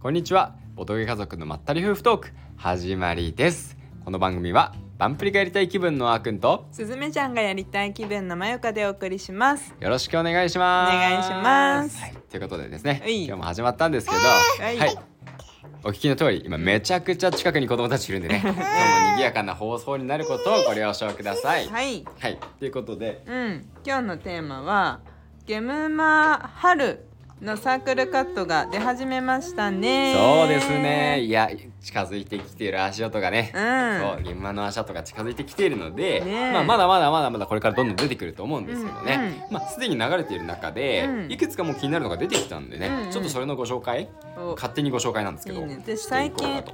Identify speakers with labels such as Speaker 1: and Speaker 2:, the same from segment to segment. Speaker 1: こんにちはボトゲ家族のまったり夫婦トーク始まりですこの番組はバンプリがやりたい気分のあーくんと
Speaker 2: すずめちゃんがやりたい気分のまよかでお送りします。
Speaker 1: よろしくお願いします
Speaker 2: お願いします
Speaker 1: はい、ということでですね
Speaker 2: はい
Speaker 1: 今日も始まったんですけど、
Speaker 2: はい
Speaker 1: はいお聞きの通り今めちゃくちゃ近くに子供たちいるんでね 今日も賑やかな放送になることをご了承ください
Speaker 2: はい、
Speaker 1: はい、ということで
Speaker 2: うん、今日のテーマはゲムマ春のサークルカットが出始めましたね。
Speaker 1: そうですね。いや近づいてきている足音がね、
Speaker 2: うん
Speaker 1: そう現場の足音が近づいてきているので、
Speaker 2: ねえ
Speaker 1: まあ、まだまだまだまだこれからどんどん出てくると思うんですけどね、
Speaker 2: うん
Speaker 1: まあ、すでに流れている中で、
Speaker 2: うん
Speaker 1: いくつかもう気になるのが出てきたんでね、
Speaker 2: うんうん
Speaker 1: ちょっとそれのご紹介
Speaker 2: お
Speaker 1: 勝手にご紹介なんですけど
Speaker 2: いいねで
Speaker 1: していこうかと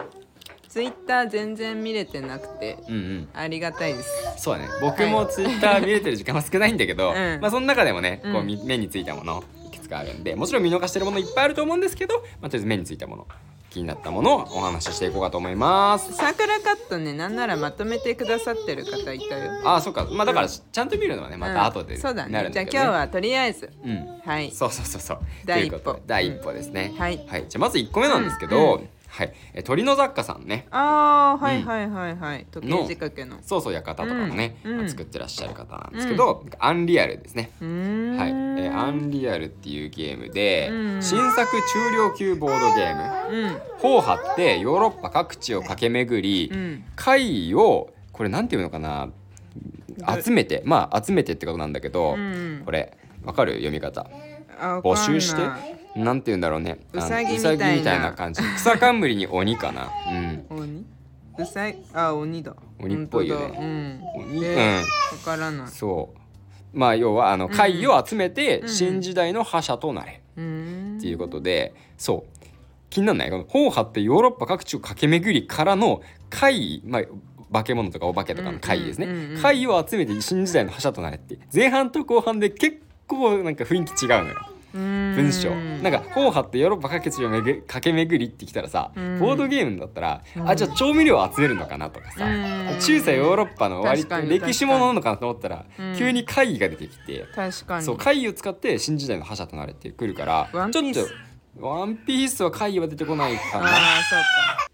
Speaker 2: ツイッター全然見れてなくて
Speaker 1: うんうん
Speaker 2: ありがたいです。
Speaker 1: そうだね僕もツイッター見れてる時間は少ないんだけど、
Speaker 2: うん
Speaker 1: まあその中でもねこ
Speaker 2: う
Speaker 1: うんみ目についたものいくつかあるんでもちろん見逃してるものいっぱいあると思うんですけど、まあ、とりあえず目についたもの気になったものをお話ししていこうかと思います。
Speaker 2: サークルカットね、なんならまとめてくださってる方いたよ。
Speaker 1: ああそうかまあだからちゃんと見るのはねまた後で
Speaker 2: う
Speaker 1: に
Speaker 2: んそうだ
Speaker 1: なる
Speaker 2: ね。
Speaker 1: ん
Speaker 2: じゃ
Speaker 1: だけ
Speaker 2: あ今日
Speaker 1: ど、ね、
Speaker 2: はとりあえず、
Speaker 1: うん
Speaker 2: はい、
Speaker 1: そうそうそうそう
Speaker 2: 第一
Speaker 1: と
Speaker 2: 歩
Speaker 1: いうことで第一歩ですね、
Speaker 2: はい。
Speaker 1: はいじゃあまず1個目なんですけど、
Speaker 2: うんう
Speaker 1: はいえ鳥の雑貨さんね
Speaker 2: ああ、は
Speaker 1: う
Speaker 2: い
Speaker 1: ん
Speaker 2: はいはいはい。時計
Speaker 1: の
Speaker 2: 仕掛けの。
Speaker 1: そうそう館とかもね、
Speaker 2: うんうん
Speaker 1: 作ってらっしゃる方なんですけど、アンリアルですね
Speaker 2: うーん
Speaker 1: はい、えーアンリアルっていうゲームで、
Speaker 2: うん
Speaker 1: 新作中量級ボードゲーム
Speaker 2: うん
Speaker 1: 「ホーハってヨーロッパ各地を駆け巡り、
Speaker 2: うん
Speaker 1: 貝をこれなんていうのかな集めてまあ集めてってことなんだけど、
Speaker 2: うん
Speaker 1: これわかる読み方
Speaker 2: あ
Speaker 1: 募集して
Speaker 2: わかんない
Speaker 1: なんて言うんだろうねあの
Speaker 2: うさぎみたいな
Speaker 1: うさぎみたいな感じ草冠に鬼かなうん
Speaker 2: 鬼うさいあ鬼だ
Speaker 1: 鬼っぽいよね
Speaker 2: 本当だうん
Speaker 1: 鬼
Speaker 2: で
Speaker 1: うん
Speaker 2: わからない
Speaker 1: そうまあ要はあの貝を集めて
Speaker 2: うん
Speaker 1: 新時代の覇者となれ
Speaker 2: うーん
Speaker 1: っていうことでそう気にならないこの「ホーハってヨーロッパ各地を駆け巡り」からの貝まあ化け物とかお化けとかの貝です
Speaker 2: うんうんうんう
Speaker 1: ね
Speaker 2: ん
Speaker 1: 貝を集めて新時代の覇者となれって前半と後半で結構なんか雰囲気違うのよ文
Speaker 2: 文
Speaker 1: 章なんか「ほうはってヨーロッパ各地をめぐ駆け巡り」ってきたらさ
Speaker 2: うん
Speaker 1: ボードゲームだったら
Speaker 2: うん
Speaker 1: あじゃあ調味料を集めるのかなとかさ
Speaker 2: うん
Speaker 1: 中世ヨーロッパの割
Speaker 2: 確か
Speaker 1: と
Speaker 2: に
Speaker 1: 歴史ものなのかなと思ったら
Speaker 2: うん
Speaker 1: 急に会議が出てきて
Speaker 2: 確かに
Speaker 1: そう
Speaker 2: か
Speaker 1: 会議を使って新時代の覇者となれってくるから
Speaker 2: ワン
Speaker 1: ち
Speaker 2: ピ
Speaker 1: ょっ
Speaker 2: ース
Speaker 1: とワンピースは会議は出てこないかな
Speaker 2: ああそうか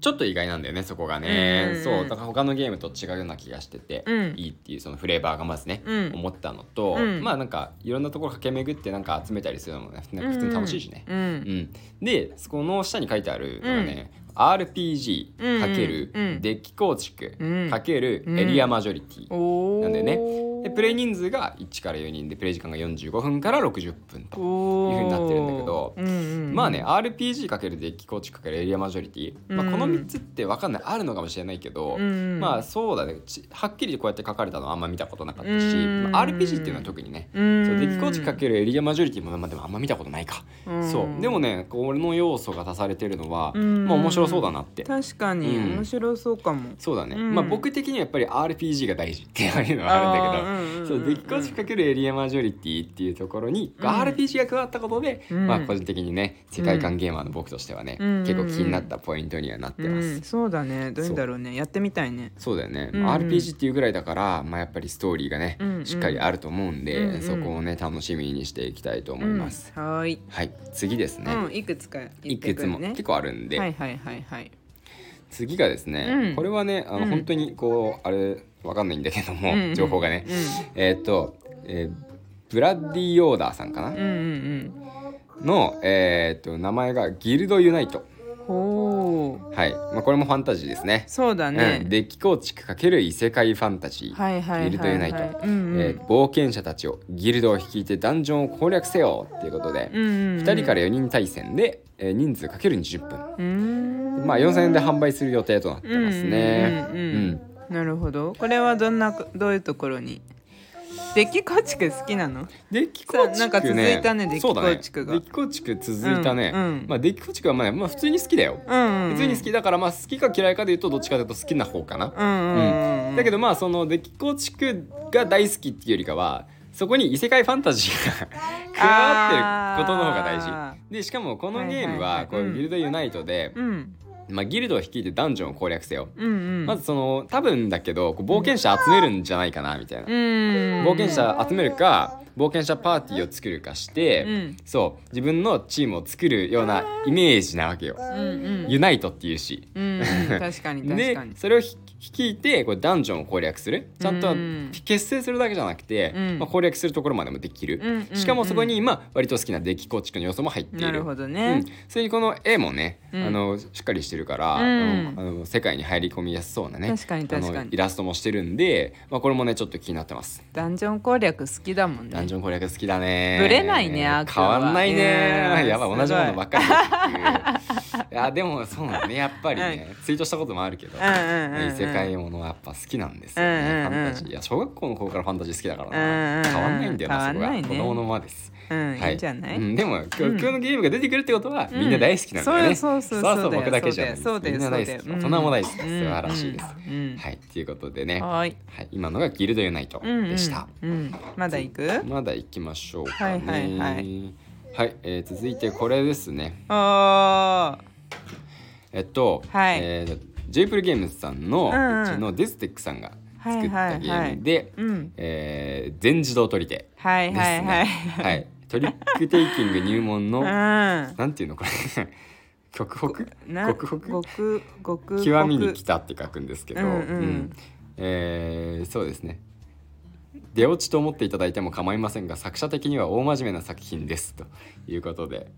Speaker 1: ちょっと意外なんだよねそこが
Speaker 2: うん
Speaker 1: ね
Speaker 2: うん
Speaker 1: そうだから他のゲームと違うような気がしてて
Speaker 2: うん
Speaker 1: いいっていうそのフレーバーがまずね
Speaker 2: うん
Speaker 1: 思ったのと
Speaker 2: うん
Speaker 1: まあなんかいろんなところ駆け巡ってなんか集めたりするのもねなんか普通に楽しいしね
Speaker 2: うんうん
Speaker 1: うん、でそこの下に書いてあるのがね、RPG
Speaker 2: うんうん
Speaker 1: かける
Speaker 2: うん
Speaker 1: デッキ構築
Speaker 2: うん
Speaker 1: かける
Speaker 2: うん
Speaker 1: エリアマジョリティ
Speaker 2: おお
Speaker 1: なんだよねでプレイ人数が1から4人でプレイ時間が45分から60分と。
Speaker 2: お
Speaker 1: いう風になってるんだけど
Speaker 2: ーうんうん
Speaker 1: まあね RPG かけるデッキ構築かけるエリアマジョリティ、まあ、
Speaker 2: うん
Speaker 1: この3つって分かんないあるのかもしれないけど、
Speaker 2: うん
Speaker 1: まあそうだねちはっきりこうやって書かれたのはあんま見たことなかったし、
Speaker 2: うん
Speaker 1: まあ RPG っていうのは特にね、
Speaker 2: うん
Speaker 1: そうデッキ構築かけるエリアマジョリティも,、まあ、でもあんま見たことないか、
Speaker 2: うん
Speaker 1: そうでもねこの要素が足されてるのは、
Speaker 2: うん
Speaker 1: まあ面白そうだなって
Speaker 2: 確かに
Speaker 1: うん
Speaker 2: 面白そうかも
Speaker 1: そうだね、
Speaker 2: うん
Speaker 1: まあ僕的にはやっぱり RPG が大事っていうのはあるんだけど、
Speaker 2: あー
Speaker 1: そうデッキ構築かけるエリアマジョリティっていうところに、
Speaker 2: うん
Speaker 1: RPG が加わったことで、
Speaker 2: うん
Speaker 1: まあ、個人的にね世界観ゲーマーの僕としてはね、
Speaker 2: うん
Speaker 1: 結構気になったポイントにはなって
Speaker 2: う
Speaker 1: ます。
Speaker 2: んそうだねどういうんだろうねやってみたいね
Speaker 1: そうだよね、
Speaker 2: うん
Speaker 1: RPG っていうぐらいだから、まあ、やっぱりストーリーがね、
Speaker 2: うんうん
Speaker 1: しっかりあると思うんで、
Speaker 2: うんうん
Speaker 1: そこをね楽しみにしていきたいと思います。
Speaker 2: うんはーい
Speaker 1: はい次ですね、
Speaker 2: うんいくつか言
Speaker 1: い
Speaker 2: って
Speaker 1: く
Speaker 2: く
Speaker 1: つ
Speaker 2: る
Speaker 1: も
Speaker 2: ね
Speaker 1: 結構あるんで、
Speaker 2: はいはいはいはい
Speaker 1: 次がですね、
Speaker 2: うん
Speaker 1: これはねあの、
Speaker 2: うん
Speaker 1: 本当にこうあれわかんないんだけども、
Speaker 2: うんうん
Speaker 1: 情報がね、
Speaker 2: うん
Speaker 1: えーっと、えーブラッディ・オーダーさんかな、
Speaker 2: うんうん
Speaker 1: の、えーっと名前がギルド・ユナイト、
Speaker 2: うんほう
Speaker 1: はいまあ、これもファンタジーですね
Speaker 2: そうだ
Speaker 1: うん、
Speaker 2: ね
Speaker 1: デッキ構築×異世界ファンタジー、
Speaker 2: はいはいはい
Speaker 1: ギルド・ユナイト、
Speaker 2: うんうん
Speaker 1: えー冒険者たちをギルドを率いてダンジョンを攻略せよっていうことで、
Speaker 2: うんうんうん
Speaker 1: 2人から4人対戦で、えー人数 ×20 分、
Speaker 2: うーん
Speaker 1: まあ、4000円で販売する予定となってますね。
Speaker 2: うんうんうんうんなるほどこれはどんなどういうところにデッキ構築好きなの
Speaker 1: デッキ構築ね
Speaker 2: さなんか続いたねデッキ
Speaker 1: そうだね
Speaker 2: 構築が
Speaker 1: デッキ構築続いたね、
Speaker 2: うんうん
Speaker 1: まあデッキ構築はまあ、まあ、普通に好きだよ、
Speaker 2: うんうん
Speaker 1: 普通に好きだからまあ好きか嫌いかで言うとどっちかというと好きな方かな、
Speaker 2: うんうんうん
Speaker 1: だけどまあそのデッキ構築が大好きっていうよりかはそこに異世界ファンタジーが 加わってることの方が大
Speaker 2: あ
Speaker 1: 事でしかもこのゲーム
Speaker 2: はいはいは
Speaker 1: はいこういうギルドユナイトで
Speaker 2: うん
Speaker 1: まあ、ギルドを率いてダンジョンを攻略せよ、
Speaker 2: うんうん
Speaker 1: まずその多分だけどこう冒険者集めるんじゃないかなみたいな、
Speaker 2: うん
Speaker 1: 冒険者集めるか冒険者パーティーを作るかして、
Speaker 2: うん
Speaker 1: そう自分のチームを作るようなイメージなわけよ。
Speaker 2: うんうん
Speaker 1: ユナイトっていうし
Speaker 2: うんうん確かに確
Speaker 1: で
Speaker 2: かに
Speaker 1: それをひ率いてこうダンジョンを攻略するちゃんと
Speaker 2: うん
Speaker 1: 結成するだけじゃなくて、
Speaker 2: うん
Speaker 1: まあ、攻略するところまでもできる、
Speaker 2: うんうんうん
Speaker 1: しかもそこに今割と好きなデッキ構築の要素も入っている
Speaker 2: なるほど
Speaker 1: う
Speaker 2: ね
Speaker 1: ん、それにこの絵もね、
Speaker 2: うん
Speaker 1: あのしっかりしてるから、
Speaker 2: うん
Speaker 1: あのあの世界に入り込みやすそうなね
Speaker 2: 確かに確かに
Speaker 1: あのイラストもしてるんで、まあ、これもねちょっと気になってます
Speaker 2: ダンジョン攻略好きだもん
Speaker 1: ダン
Speaker 2: ね
Speaker 1: ジョン攻略好きだね
Speaker 2: ぶれないねアーク
Speaker 1: 変
Speaker 2: は
Speaker 1: わんないね
Speaker 2: うん
Speaker 1: やば
Speaker 2: す
Speaker 1: い
Speaker 2: ごい
Speaker 1: 同じものばっかりだっていういやでもそうなんだねやっぱりね、ツイートしたこともあるけど、
Speaker 2: うんうんうんうん
Speaker 1: 異世界ものはやっぱ好きなんですよね、
Speaker 2: うんうん
Speaker 1: フ
Speaker 2: うん
Speaker 1: ァンタジーいや小学校の頃からファンタジー好きだから
Speaker 2: うんうん
Speaker 1: な、
Speaker 2: うん
Speaker 1: 変わんないんだよなそこ
Speaker 2: 変わ
Speaker 1: が
Speaker 2: んないね
Speaker 1: 子供のままです
Speaker 2: うんいいんじゃない
Speaker 1: うん、でも今日,、
Speaker 2: うん
Speaker 1: 今日のゲームが出てくるってことは、みんな大好きなんだよね。
Speaker 2: そうそうそう
Speaker 1: そう
Speaker 2: そう
Speaker 1: そう
Speaker 2: だよ
Speaker 1: 僕だけじゃないです
Speaker 2: そうだよ
Speaker 1: みんな大好き
Speaker 2: そうだよ
Speaker 1: 大人も大好きです、
Speaker 2: うん
Speaker 1: 素晴らしいです。
Speaker 2: うんうん
Speaker 1: はいということでね、は
Speaker 2: はい
Speaker 1: い、今のがギルドユナイト
Speaker 2: うんうん
Speaker 1: でした。
Speaker 2: うんまだ行く
Speaker 1: まだ行きましょうかね。
Speaker 2: はいはいはい
Speaker 1: はいえー続いてこれですね。
Speaker 2: あー
Speaker 1: えっと、
Speaker 2: はい
Speaker 1: えー、J プルゲームズさんの、
Speaker 2: う
Speaker 1: うん
Speaker 2: うん
Speaker 1: ちのデステックさんが作ったゲームで、
Speaker 2: うん
Speaker 1: えー全自動取り手
Speaker 2: はい
Speaker 1: です
Speaker 2: はいはい
Speaker 1: ね。はい、トリックテイキング入門の、
Speaker 2: うん
Speaker 1: なんていうのこれ極
Speaker 2: な
Speaker 1: 北極
Speaker 2: ご
Speaker 1: 北
Speaker 2: くごく
Speaker 1: 極みに来たって書くんですけど、
Speaker 2: うんうん
Speaker 1: えーそうですね出落ちと思っていただいても構いませんが作者的には大真面目な作品ですということで、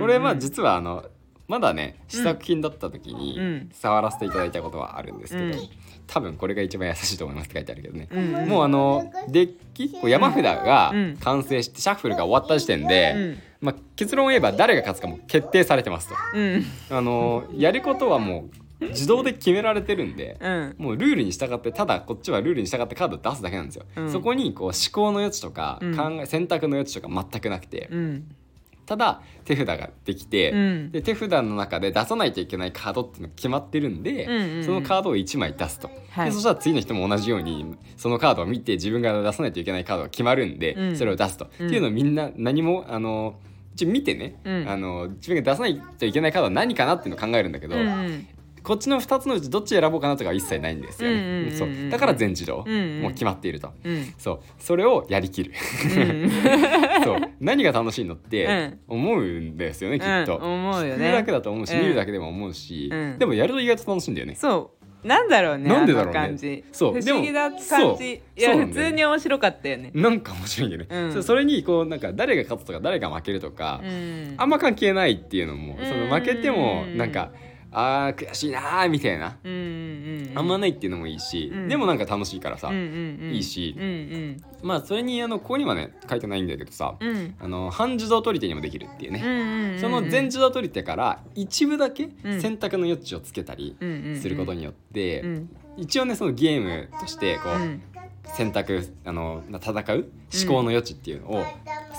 Speaker 1: これまあ実はあのまだね試作品だった時
Speaker 2: う
Speaker 1: に
Speaker 2: ん
Speaker 1: 触らせていただいたことはあるんですけど、
Speaker 2: うん
Speaker 1: 多分これが一番優しいと思いますって書いてあるけどね、
Speaker 2: うんうん
Speaker 1: もうあのデッキこう山札が
Speaker 2: うん
Speaker 1: 完成してシャッフルが終わった時点で、
Speaker 2: うん
Speaker 1: まあ、結論を言えば誰が勝つかも決定されてますと。
Speaker 2: うん
Speaker 1: あのやることはもう自動で決められてるんで、
Speaker 2: うん
Speaker 1: もうルールに従ってただこっちはルールに従ってカードを出すだけなんですよ、
Speaker 2: うん
Speaker 1: そこにこう思考の余地とか、
Speaker 2: うん
Speaker 1: 考え選択の余地とか全くなくて、
Speaker 2: うん
Speaker 1: ただ手札ができて、
Speaker 2: うん
Speaker 1: で手札の中で出さないといけないカードっていうのが決まってるんで、
Speaker 2: うんうんうん
Speaker 1: そのカードを1枚出すと、
Speaker 2: はい
Speaker 1: でそしたら次の人も同じようにそのカードを見て自分が出さないといけないカードが決まるんで、
Speaker 2: うん
Speaker 1: それを出すと、
Speaker 2: うん
Speaker 1: っていうのをみんな何もあの一応見てね、
Speaker 2: うん
Speaker 1: あの自分が出さないといけないカードは何かなっていうのを考えるんだけど、
Speaker 2: うんうん
Speaker 1: こっちの2つのうちどっち選ぼうかなとかは一切ないんですよね、
Speaker 2: うんうんうんうん
Speaker 1: そうだから全自動、
Speaker 2: うんうん
Speaker 1: もう決まっていると。
Speaker 2: うん
Speaker 1: そうそれをやりきる そう何が楽しいのって思うんですよね、きっと、
Speaker 2: うん思うよね
Speaker 1: 聞くだけだと思うし、
Speaker 2: うん
Speaker 1: 見るだけでも思うし、
Speaker 2: うん
Speaker 1: でもやると意外と楽しいんだよね、
Speaker 2: そう なんだろうね
Speaker 1: なんでだろうね
Speaker 2: あの感じ
Speaker 1: そう
Speaker 2: 不思議な
Speaker 1: でも
Speaker 2: 感
Speaker 1: そう
Speaker 2: じい
Speaker 1: そう
Speaker 2: や
Speaker 1: なん
Speaker 2: 普
Speaker 1: だよね
Speaker 2: 通に面白かったよね
Speaker 1: なんか面白いんだよね、
Speaker 2: うん
Speaker 1: そうそれにこうなんか誰が勝つとか誰が負けるとか、
Speaker 2: うん
Speaker 1: あんま関係ないっていうのもその負けても
Speaker 2: うん
Speaker 1: なんか、あー悔しいなーみたいな、
Speaker 2: うんうんうん
Speaker 1: あんまないっていうのもいいし、
Speaker 2: うん
Speaker 1: でもなんか楽しいからさ、
Speaker 2: うんうんうん
Speaker 1: いいし
Speaker 2: うんうん
Speaker 1: まあそれにあのここにはね書いてないんだけどさ、
Speaker 2: うんうん
Speaker 1: あの半自動取り手にもできるっていうね、
Speaker 2: うんうん
Speaker 1: その全自動取り手から一部だけ
Speaker 2: うん
Speaker 1: 選択の余地をつけたり
Speaker 2: うんうんうん
Speaker 1: することによって、
Speaker 2: うん
Speaker 1: 一応ねそのゲームとしてこ
Speaker 2: う
Speaker 1: う、
Speaker 2: ん
Speaker 1: 選択あの戦う思考の余地っていうのを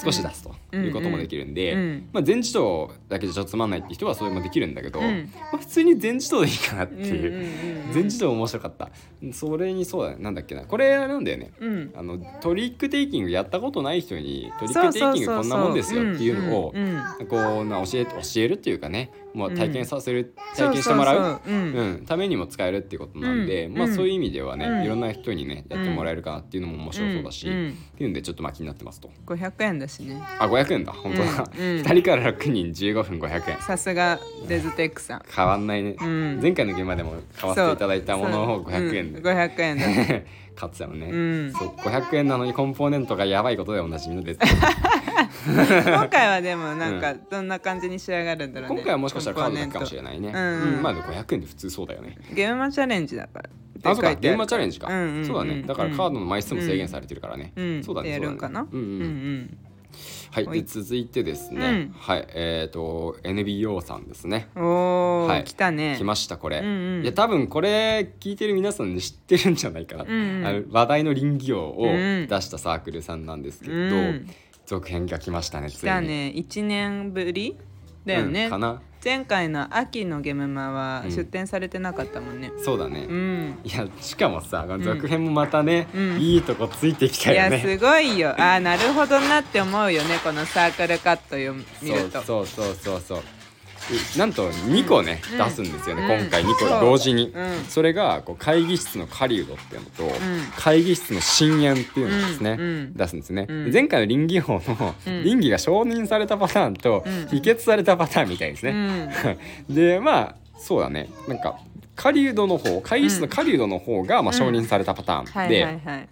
Speaker 1: 少し出すということもできるんで、
Speaker 2: うんうん
Speaker 1: まあ、全自動だけじゃちょっとつまんないって人はそれもできるんだけど、
Speaker 2: うん
Speaker 1: まあ、普通に全自動でいいかなっていう,、
Speaker 2: うんうんうん
Speaker 1: 全自動面白かったそれにそうだねなんだっけなこれあれなんだよね
Speaker 2: うん
Speaker 1: あのトリックテイキングやったことない人にトリックテイキングこんなもんですよっていうのを
Speaker 2: そうそうそううん
Speaker 1: こうな教え教えるっていうかねもう体験させる、
Speaker 2: ん
Speaker 1: 体験してもらう
Speaker 2: そうそうそううん
Speaker 1: んためにも使えるっていうことなんで、
Speaker 2: うん
Speaker 1: まあ、
Speaker 2: うん
Speaker 1: そういう意味ではね、
Speaker 2: うん
Speaker 1: いろんな人にねやってもらえるかなっていうのも面白そうだし、
Speaker 2: うんうん
Speaker 1: っていうんでちょっとまあ気になってますと
Speaker 2: 500円だしね
Speaker 1: あ500円だ本当だ、
Speaker 2: うんうん
Speaker 1: 2人から6人15分500円
Speaker 2: さすがデズテックさん
Speaker 1: 変わんないね、
Speaker 2: うん
Speaker 1: 前回の現場でも買わせていただいたものを
Speaker 2: そう
Speaker 1: 500円
Speaker 2: う
Speaker 1: で、
Speaker 2: ん、500円だ
Speaker 1: 買ってたのね、
Speaker 2: うん
Speaker 1: そう500円なのにコンポーネントがやばいことでおなじみのです
Speaker 2: 今回はでもなんかどんな感じに仕上がるんだろうね
Speaker 1: 今回はもしかしたらカードだけかもし
Speaker 2: な
Speaker 1: れ
Speaker 2: い
Speaker 1: ないね、
Speaker 2: うんうん
Speaker 1: まあでも500円で普通そうだよね
Speaker 2: ゲームマチャレンジだから
Speaker 1: あそうか
Speaker 2: って書
Speaker 1: 現
Speaker 2: いて
Speaker 1: 場
Speaker 2: る
Speaker 1: チャレンジか、
Speaker 2: うんうんうん
Speaker 1: そうだねだからカードの枚数も制限されてるからね、
Speaker 2: うん
Speaker 1: そうだね
Speaker 2: でやるんかな
Speaker 1: そうだねうん
Speaker 2: うん
Speaker 1: う
Speaker 2: うんん
Speaker 1: はい
Speaker 2: ほい
Speaker 1: で続いてですね、
Speaker 2: うん
Speaker 1: はいえっ、と NBO さんですね
Speaker 2: おー、
Speaker 1: はい
Speaker 2: 来たね
Speaker 1: 来ましたこれ、
Speaker 2: うんうん
Speaker 1: いや多分これ聞いてる皆さん知ってるんじゃないかな、
Speaker 2: んうん
Speaker 1: あの話題の林業を
Speaker 2: うん
Speaker 1: 出したサークルさんなんですけど、
Speaker 2: うん
Speaker 1: 続編が来ましたねつい
Speaker 2: 来
Speaker 1: に
Speaker 2: たね1年ぶりだよね、
Speaker 1: うんかな
Speaker 2: 前回の秋のゲームマは
Speaker 1: うん
Speaker 2: 出展されてなかったもんね
Speaker 1: そうだね、
Speaker 2: うん、
Speaker 1: いやしかもさ続編もまたね、
Speaker 2: うん
Speaker 1: いいとこついてき
Speaker 2: い
Speaker 1: たよ
Speaker 2: や
Speaker 1: ね、
Speaker 2: すごいよあーなるほどなって思うよねこのサークルカットを見ると
Speaker 1: そうそうそうそうそうなんと2個ね、
Speaker 2: うん
Speaker 1: 出すんですよね、
Speaker 2: うん
Speaker 1: 今回2個
Speaker 2: そう
Speaker 1: 同時に、
Speaker 2: うん
Speaker 1: それがこう会議室の狩人っていうのと、
Speaker 2: ん
Speaker 1: 会議室の深淵っていうのをですね、
Speaker 2: うんうん
Speaker 1: 出すんですね、
Speaker 2: うん
Speaker 1: 前回の倫理法の
Speaker 2: うん
Speaker 1: 倫理が承認されたパターンと
Speaker 2: うん
Speaker 1: 否決されたパターンみたいですね、でまあそうだねなんか狩人の方会議室の狩人の方が、まあ、承認されたパターンで、
Speaker 2: はいはいはい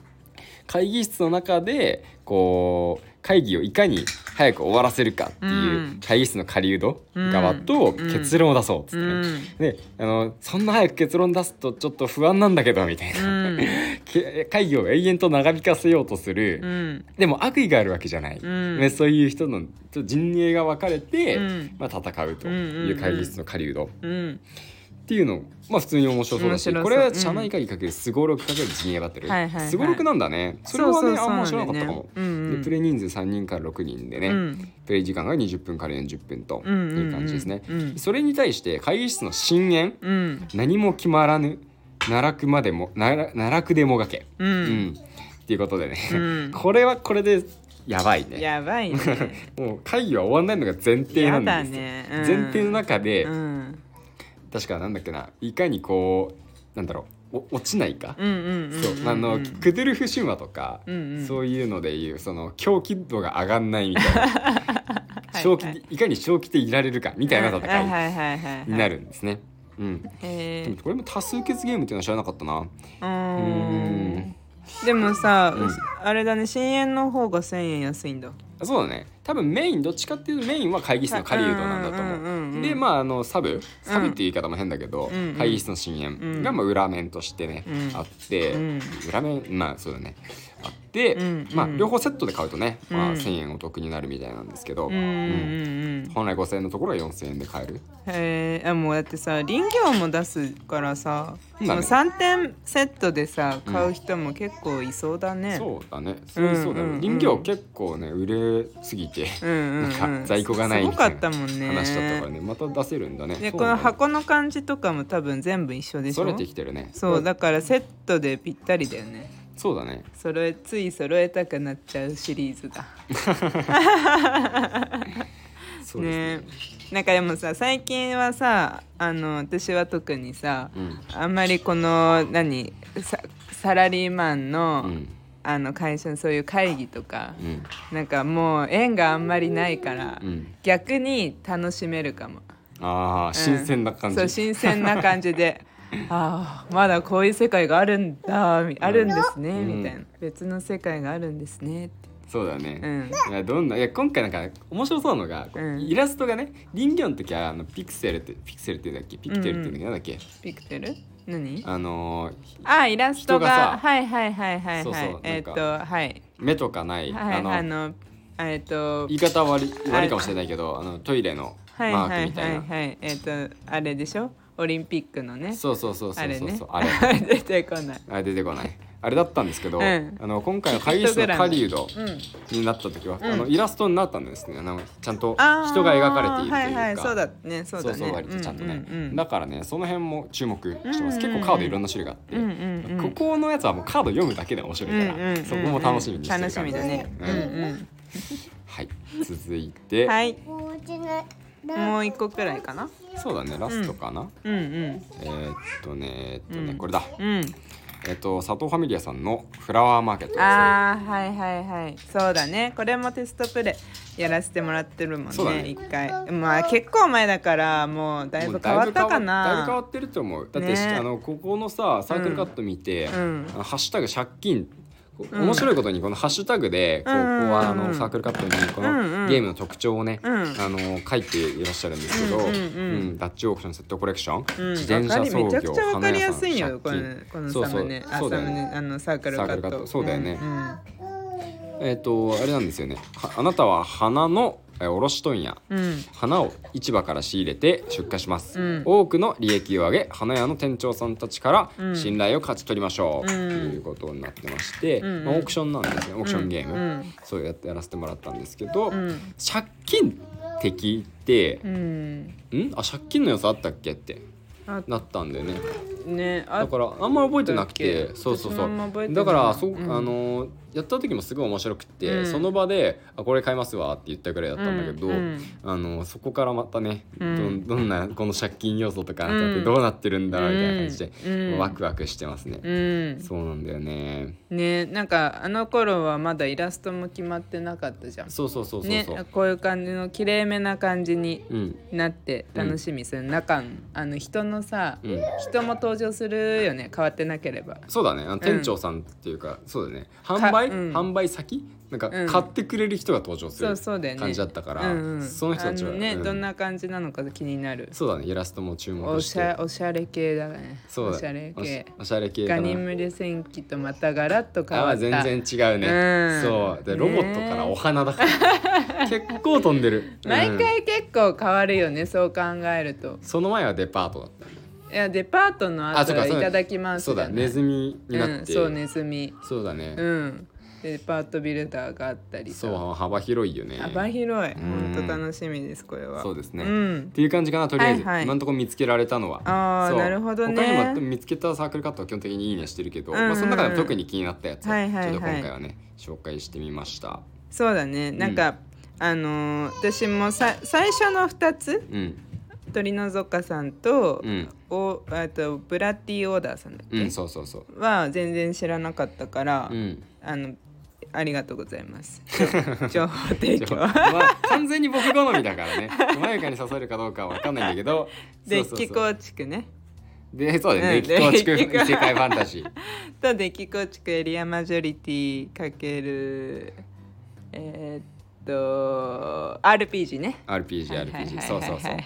Speaker 1: 会議室の中でこう会議をいかに早く終わらせるかっていう、
Speaker 2: うん
Speaker 1: 会議室の狩人
Speaker 2: うん
Speaker 1: 側と
Speaker 2: うん
Speaker 1: 結論を出そうっつって
Speaker 2: う
Speaker 1: ね。
Speaker 2: ん
Speaker 1: であのそんな早く結論出すとちょっと不安なんだけどみたいな、
Speaker 2: うん
Speaker 1: け会議を永遠と長引かせようとする、
Speaker 2: うん
Speaker 1: でも悪意があるわけじゃない、
Speaker 2: うん
Speaker 1: ねそういう人のちょっと陣営が分かれて、
Speaker 2: うん
Speaker 1: まあ、戦うという会議室の狩人、
Speaker 2: うん
Speaker 1: っていうのまあ普通に面白そうだし
Speaker 2: 面白そう
Speaker 1: これは社内会議かけるすごろくかける陣営バトル
Speaker 2: はいはいはい
Speaker 1: すごろくなんだねそれはね
Speaker 2: そうそうそう
Speaker 1: あんま知らなかったかも、
Speaker 2: なんでねうんうん
Speaker 1: でプレイ人数3人から6人でね、
Speaker 2: うん
Speaker 1: プレイ時間が20分から40分と
Speaker 2: うんうんうん
Speaker 1: いう感じですね、
Speaker 2: うん
Speaker 1: それに対して会議室の深淵
Speaker 2: うん
Speaker 1: 何も決まらぬ奈落までも奈落奈落でもがけ、
Speaker 2: う
Speaker 1: うんっていうことでね、
Speaker 2: うん
Speaker 1: これはこれでやばいね
Speaker 2: やばいね
Speaker 1: もう会議は終わんないのが前提なんですよ、
Speaker 2: やだねうん
Speaker 1: 前提の中で、
Speaker 2: うん
Speaker 1: 確かなんだっけないかにこうなんだろうお落ちないか、
Speaker 2: うんうんうん
Speaker 1: そうあの、
Speaker 2: うん
Speaker 1: クドゥルフ神話とか、
Speaker 2: うんうん
Speaker 1: そういうのでいうその狂気度が上がんないみたいな
Speaker 2: はい
Speaker 1: 正気でいかに正気でいられるかみたいな戦い
Speaker 2: はいはいはいはい
Speaker 1: になるんですね。うん、
Speaker 2: へ
Speaker 1: で
Speaker 2: ー
Speaker 1: もこれも多数決ゲームっていうのは知らなかったな。
Speaker 2: う
Speaker 1: う
Speaker 2: ーん
Speaker 1: ん
Speaker 2: でもさ、
Speaker 1: うん
Speaker 2: あれだね深淵の方が1000円安いんだ
Speaker 1: そうだね多分メインどっちかっていうとメインは会議室の狩人なんだと
Speaker 2: うんうんうんう
Speaker 1: 思
Speaker 2: ん
Speaker 1: う。でまああのサブサブっていう言い方も変だけど、
Speaker 2: うんうん
Speaker 1: 会議室の深淵が
Speaker 2: うん
Speaker 1: まあ裏面としてね、
Speaker 2: うん
Speaker 1: あって、
Speaker 2: うん
Speaker 1: 裏面まあそうだねあって、
Speaker 2: うん
Speaker 1: まあ
Speaker 2: うん
Speaker 1: 両方セットで買うとね、ま
Speaker 2: う
Speaker 1: あ、
Speaker 2: ん
Speaker 1: 1,000円お得になるみたいなんですけど、
Speaker 2: うんうん
Speaker 1: うん
Speaker 2: うん
Speaker 1: 本来5,000円のところは4,000円で買える。
Speaker 2: へえあもうだってさ林業も出すからさ、
Speaker 1: そう
Speaker 2: そ
Speaker 1: だ
Speaker 2: の
Speaker 1: ね
Speaker 2: 3点セットでさ買う人も結構いそうだね、
Speaker 1: そうだねそうそうだ
Speaker 2: うんうんう
Speaker 1: ね林
Speaker 2: ん
Speaker 1: 業結構ね売れすぎて
Speaker 2: うんうんう
Speaker 1: な
Speaker 2: ん、
Speaker 1: んか 在庫がない
Speaker 2: す
Speaker 1: み
Speaker 2: ご
Speaker 1: たい
Speaker 2: かっ
Speaker 1: な
Speaker 2: たもんね
Speaker 1: 話だったからねまた出せるんだね。
Speaker 2: で
Speaker 1: そう
Speaker 2: こ
Speaker 1: だ
Speaker 2: の
Speaker 1: ね
Speaker 2: 箱の感じとかも多分全部一緒でし
Speaker 1: そ
Speaker 2: ょ
Speaker 1: れてきてるね。
Speaker 2: そうだからセットでぴったりだよね
Speaker 1: そうだね。
Speaker 2: 揃えつい揃えたくなっちゃうシリーズだ
Speaker 1: そうですね。
Speaker 2: なんかでもさ最近はさあの私は特にさ、
Speaker 1: うん
Speaker 2: あんまりこの何ササラリーマンの,、
Speaker 1: うん
Speaker 2: あの会社のそういう会議とか、
Speaker 1: うん
Speaker 2: なんかもう縁があんまりないから、
Speaker 1: うん
Speaker 2: 逆に楽しめるかも。
Speaker 1: ああ新鮮な感じ。
Speaker 2: うんそう新鮮な感じ でああまだこういう世界があるんだみあるんですね、
Speaker 1: うん
Speaker 2: みたいな別の世界があるんですねって
Speaker 1: そうだ
Speaker 2: う
Speaker 1: ね。
Speaker 2: ん
Speaker 1: いやどんないや今回なんか面白そうなのが、
Speaker 2: うん
Speaker 1: イラストがね林業の時はあのピクセルってピクセルっていうんだっけピクテルっていうんだっけなんだっけ、
Speaker 2: ピクテル何
Speaker 1: あのー
Speaker 2: あイラス
Speaker 1: 人
Speaker 2: トが
Speaker 1: がさ
Speaker 2: はいはいはいはいはい
Speaker 1: そうそう
Speaker 2: えっ、
Speaker 1: なん
Speaker 2: とはい
Speaker 1: 目とかない、
Speaker 2: はい
Speaker 1: あの
Speaker 2: あのえっ、と
Speaker 1: 言い方悪い悪いかもしれないけどあのトイレの
Speaker 2: はい
Speaker 1: マ
Speaker 2: は
Speaker 1: ーク
Speaker 2: い
Speaker 1: みた
Speaker 2: はいい
Speaker 1: な、
Speaker 2: はいえっ、とあれでしょオリンピックのね
Speaker 1: そうそうそうそうそうそう
Speaker 2: あ
Speaker 1: あ
Speaker 2: れ
Speaker 1: れ
Speaker 2: ね 出てこない
Speaker 1: あれ出てこないあれだったんですけど、
Speaker 2: うん
Speaker 1: あの今回の会議室の狩人
Speaker 2: うん
Speaker 1: になった時は、
Speaker 2: ん
Speaker 1: あのイラストになったんですねあのちゃんと
Speaker 2: あー
Speaker 1: 人が描かれているというか
Speaker 2: はいはいそうだねそう
Speaker 1: そ
Speaker 2: だ
Speaker 1: う
Speaker 2: ね
Speaker 1: そう割とちゃんとね、
Speaker 2: うんうんうん
Speaker 1: だからねその辺も注目してます、
Speaker 2: うんうんうん
Speaker 1: 結構カードいろんな種類があって、
Speaker 2: うんうんう
Speaker 1: こ
Speaker 2: ん
Speaker 1: このやつはもうカード読むだけで面白いから、
Speaker 2: うんうんうんうん
Speaker 1: そこも楽しみにしてる感
Speaker 2: 楽
Speaker 1: じ
Speaker 2: しみだね
Speaker 1: う
Speaker 2: うんんうん
Speaker 1: はい続いて、
Speaker 2: はい
Speaker 3: もう一回
Speaker 2: もう一個くらいかな
Speaker 1: そうだねラストかな、
Speaker 2: うんうん
Speaker 1: えーっとねえーっとね、
Speaker 2: うん
Speaker 1: これだ
Speaker 2: うん
Speaker 1: えーっと佐藤ファミリアさんのフラワーマーケットですね
Speaker 2: あーはいはいはいそうだねこれもテストプレイやらせてもらってるもん
Speaker 1: そうだ
Speaker 2: ね
Speaker 1: ね
Speaker 2: 一回まあ結構前だからもうだいぶ変わったか
Speaker 1: もうだいぶ変わだいぶ変わ
Speaker 2: な
Speaker 1: ってると思うだって、
Speaker 2: ね
Speaker 1: あのここのさサークルカット見て「
Speaker 2: うん
Speaker 1: あのハッシュタグ借金」こう
Speaker 2: うん
Speaker 1: 面白いことにこのハッシュタグでこうこ
Speaker 2: う
Speaker 1: うん
Speaker 2: うんうん
Speaker 1: あのサークルカットにこ
Speaker 2: うんう
Speaker 1: の
Speaker 2: ん
Speaker 1: ゲームの特徴をね、
Speaker 2: うん
Speaker 1: あの書いていらっしゃるんですけど、
Speaker 2: うんうんうん
Speaker 1: うんダッチオークションセットコレクション、
Speaker 2: うん、
Speaker 1: 自転
Speaker 2: わ
Speaker 1: 車
Speaker 2: かり
Speaker 1: 操
Speaker 2: めちゃく
Speaker 1: 業
Speaker 2: ちゃわかりやすい
Speaker 1: 花
Speaker 2: よ
Speaker 1: 屋
Speaker 2: こ
Speaker 1: さん
Speaker 2: の
Speaker 1: 借金
Speaker 2: この
Speaker 1: そう
Speaker 2: サ
Speaker 1: そう
Speaker 2: ムネ
Speaker 1: そ
Speaker 2: あサ
Speaker 1: うだよ
Speaker 2: ム
Speaker 1: ね
Speaker 2: ネあのサークルカ
Speaker 1: サークルカ
Speaker 2: ッ
Speaker 1: ッ
Speaker 2: ト
Speaker 1: トそうだよね
Speaker 2: んん
Speaker 1: えっ、とあれなんですよねはあなたは花のえー卸問屋
Speaker 2: うん
Speaker 1: 花を市場から仕入れて出荷します、
Speaker 2: うん
Speaker 1: 多くの利益を上げ花屋の店長さんたちか
Speaker 2: う
Speaker 1: ら
Speaker 2: ん
Speaker 1: 信頼を勝ち取りましょう、
Speaker 2: うん
Speaker 1: ということになってまして、
Speaker 2: うんうん
Speaker 1: まあ、オークションなんですねオークションゲーム、
Speaker 2: うんうん
Speaker 1: そうやってやらせてもらったんですけど、
Speaker 2: うん
Speaker 1: 借金って聞いて
Speaker 2: うん
Speaker 1: 「んあ借金の良さあったっけ?」って
Speaker 2: あ
Speaker 1: なったんだよね
Speaker 2: ねあ
Speaker 1: だからあんま覚えてなく
Speaker 2: だってけ
Speaker 1: そうそうそ
Speaker 2: 私もあんま覚えて
Speaker 1: う
Speaker 2: ない
Speaker 1: だからそう、
Speaker 2: うん
Speaker 1: あのーやった時もすごい面白くて、
Speaker 2: うん
Speaker 1: その場で「あこれ買いますわ」って言ったぐらいだったんだけど、
Speaker 2: うんうん
Speaker 1: あのそこからまたね、
Speaker 2: うん
Speaker 1: どんどんなこの借金要素とかなんかって
Speaker 2: うん
Speaker 1: どうなってるんだみたいな感じで、
Speaker 2: うん
Speaker 1: ワクワクしてますね、
Speaker 2: うん
Speaker 1: そうなんだよね
Speaker 2: ねなんかあの頃はまだイラストも決まってなかったじゃん
Speaker 1: そうそうそうそうそう、
Speaker 2: ね、こういう感じのきれいめな感じに
Speaker 1: うん
Speaker 2: なって楽しみする、中あの人のさ、
Speaker 1: うん
Speaker 2: 人も登場するよね変わってなければ
Speaker 1: そうだねあの店長さんっていうか、そうだね販
Speaker 2: か
Speaker 1: 売、
Speaker 2: うん
Speaker 1: 販売先なんか
Speaker 2: うん
Speaker 1: 買ってくれる人が登場す
Speaker 2: そう
Speaker 1: る
Speaker 2: そうだよね
Speaker 1: 感じだったから、
Speaker 2: うんうん
Speaker 1: その人たちは
Speaker 2: あね、
Speaker 1: うん
Speaker 2: どんな感じなのか気になる
Speaker 1: そうだねイラストも注
Speaker 2: お
Speaker 1: 目し
Speaker 2: しゃ
Speaker 1: て
Speaker 2: おしゃれ系だね
Speaker 1: そうだ
Speaker 2: おしゃれ
Speaker 1: おし
Speaker 2: 系
Speaker 1: おしゃれ系か
Speaker 2: ガ
Speaker 1: な
Speaker 2: ニムレ戦記とまたガラッと変わ
Speaker 1: あ
Speaker 2: った
Speaker 1: 全然違うね、
Speaker 2: うん
Speaker 1: そうで
Speaker 2: ね
Speaker 1: ロボットからお花だから 結構飛んでる
Speaker 2: 毎
Speaker 1: うん
Speaker 2: 回結構変わるよね、そう考えると
Speaker 1: その前はデパートだった
Speaker 2: いやデパートの後
Speaker 1: そうか
Speaker 2: は
Speaker 1: そ
Speaker 2: いう
Speaker 1: だ
Speaker 2: ただきます
Speaker 1: そうだ
Speaker 2: じゃない
Speaker 1: ネズミになって、
Speaker 2: うん、そうネズミ
Speaker 1: そうだね、
Speaker 2: うんでデパートビルダーがあったりさ
Speaker 1: そう幅広いよね
Speaker 2: 幅広い
Speaker 1: うん
Speaker 2: 本当楽しみですこれは
Speaker 1: そうですね、
Speaker 2: うん
Speaker 1: っていう感じかなとりあえず、
Speaker 2: はいはい
Speaker 1: 今のところ見つけられたのは
Speaker 2: あー
Speaker 1: そう
Speaker 2: なるほどね
Speaker 1: 他にも見つけたサークルカットは基本的にいいねしてるけど、
Speaker 2: うんうんうん
Speaker 1: まあ、その中でも特に気になったやつを
Speaker 2: はいはいはい
Speaker 1: ちょっと今回はね紹介してみました
Speaker 2: そうだねなんか、あのー私もさ最初の2つ
Speaker 1: うん
Speaker 2: 鳥のぞかさんと,、
Speaker 1: うん
Speaker 2: おあとブラッディオーダーさんだっ
Speaker 1: う
Speaker 2: け、
Speaker 1: んそうそうそう
Speaker 2: は全然知らなかったから、
Speaker 1: うん
Speaker 2: あのありがとうございます情報 提供
Speaker 1: まあ完全に僕好みだから ねまゆかに刺さるかどうかは分かんないんだけど
Speaker 2: デ
Speaker 1: そ
Speaker 2: ッ
Speaker 1: うそう
Speaker 2: キ
Speaker 1: そう
Speaker 2: 構築ね
Speaker 1: でそうだよね
Speaker 2: うん
Speaker 1: デッキ構
Speaker 2: デッキ
Speaker 1: 築
Speaker 2: 構
Speaker 1: 世界ファンタジー
Speaker 2: とデッキ構築エリアマジョリティかけるえーっと RPG ね
Speaker 1: RPG RPG そうそうそう
Speaker 2: はい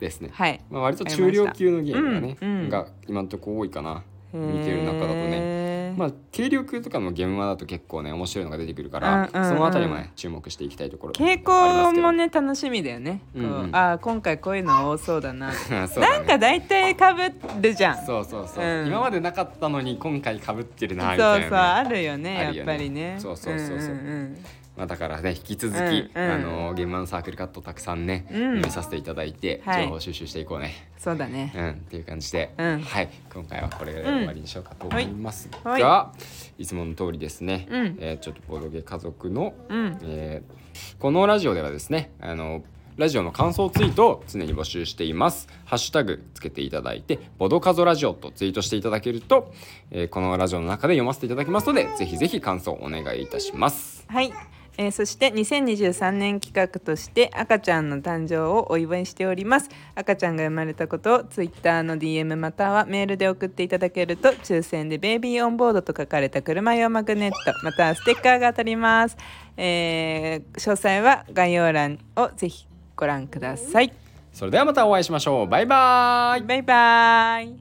Speaker 1: ですね
Speaker 2: はい
Speaker 1: まあ割と中量級のゲームがね、
Speaker 2: うんうん
Speaker 1: が今のとこ多いかな見てる中だとねま
Speaker 2: あ
Speaker 1: あ軽量級とかのゲームマだと結構ね面白いのが出てくるから、
Speaker 2: うんうんうん
Speaker 1: そのあたりもね注目していきたいところ
Speaker 2: 傾
Speaker 1: あ
Speaker 2: 向
Speaker 1: ります
Speaker 2: もね楽しみだよね、こう
Speaker 1: うんうん
Speaker 2: ああ今回こういうの多そうだな
Speaker 1: けど そう
Speaker 2: な
Speaker 1: だ
Speaker 2: んか
Speaker 1: ね
Speaker 2: 大体かぶるじゃん
Speaker 1: そうそうそう、
Speaker 2: うん
Speaker 1: 今までなかったのに今回かぶってるなみ
Speaker 2: そ
Speaker 1: た
Speaker 2: う
Speaker 1: いなね、
Speaker 2: そうあるよ
Speaker 1: あ
Speaker 2: ね
Speaker 1: るよね
Speaker 2: やっぱりね
Speaker 1: そうそうそうそうん
Speaker 2: ん
Speaker 1: まあ、だからね引き続き、
Speaker 2: うんうん
Speaker 1: あの現場のサークルカットたくさんね、
Speaker 2: うん
Speaker 1: 見させていただいて、
Speaker 2: はい
Speaker 1: 情報収集していこうね。
Speaker 2: そうだね
Speaker 1: うん、っていう感じで、
Speaker 2: うん
Speaker 1: はい今回はこれで終わりにしようかと思いますが、
Speaker 2: はいい
Speaker 1: つもの通りですね、
Speaker 2: うん
Speaker 1: えーちょっとボードゲ家族の、
Speaker 2: うん
Speaker 1: えーこのラジオではですねあのラジオの感想ツイートを常に募集しています。ハッシュタグつけていただいて、ボドカゾラジオとツイートしていただけると、えーこのラジオの中で読ませていただきますので、ぜひぜひ感想をお願いいたします。
Speaker 2: はい、えーそして2023年企画として赤ちゃんの誕生をお祝いしております赤ちゃんが生まれたことを Twitter の DM またはメールで送っていただけると抽選でベイビーオンボードと書かれた車用マグネットまたはステッカーが当たります、えー詳細は概要欄をぜひご覧ください
Speaker 1: それではまたお会いしましょう。バイバーイ
Speaker 2: バイバイ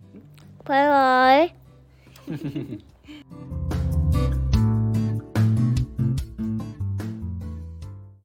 Speaker 3: バイバイ。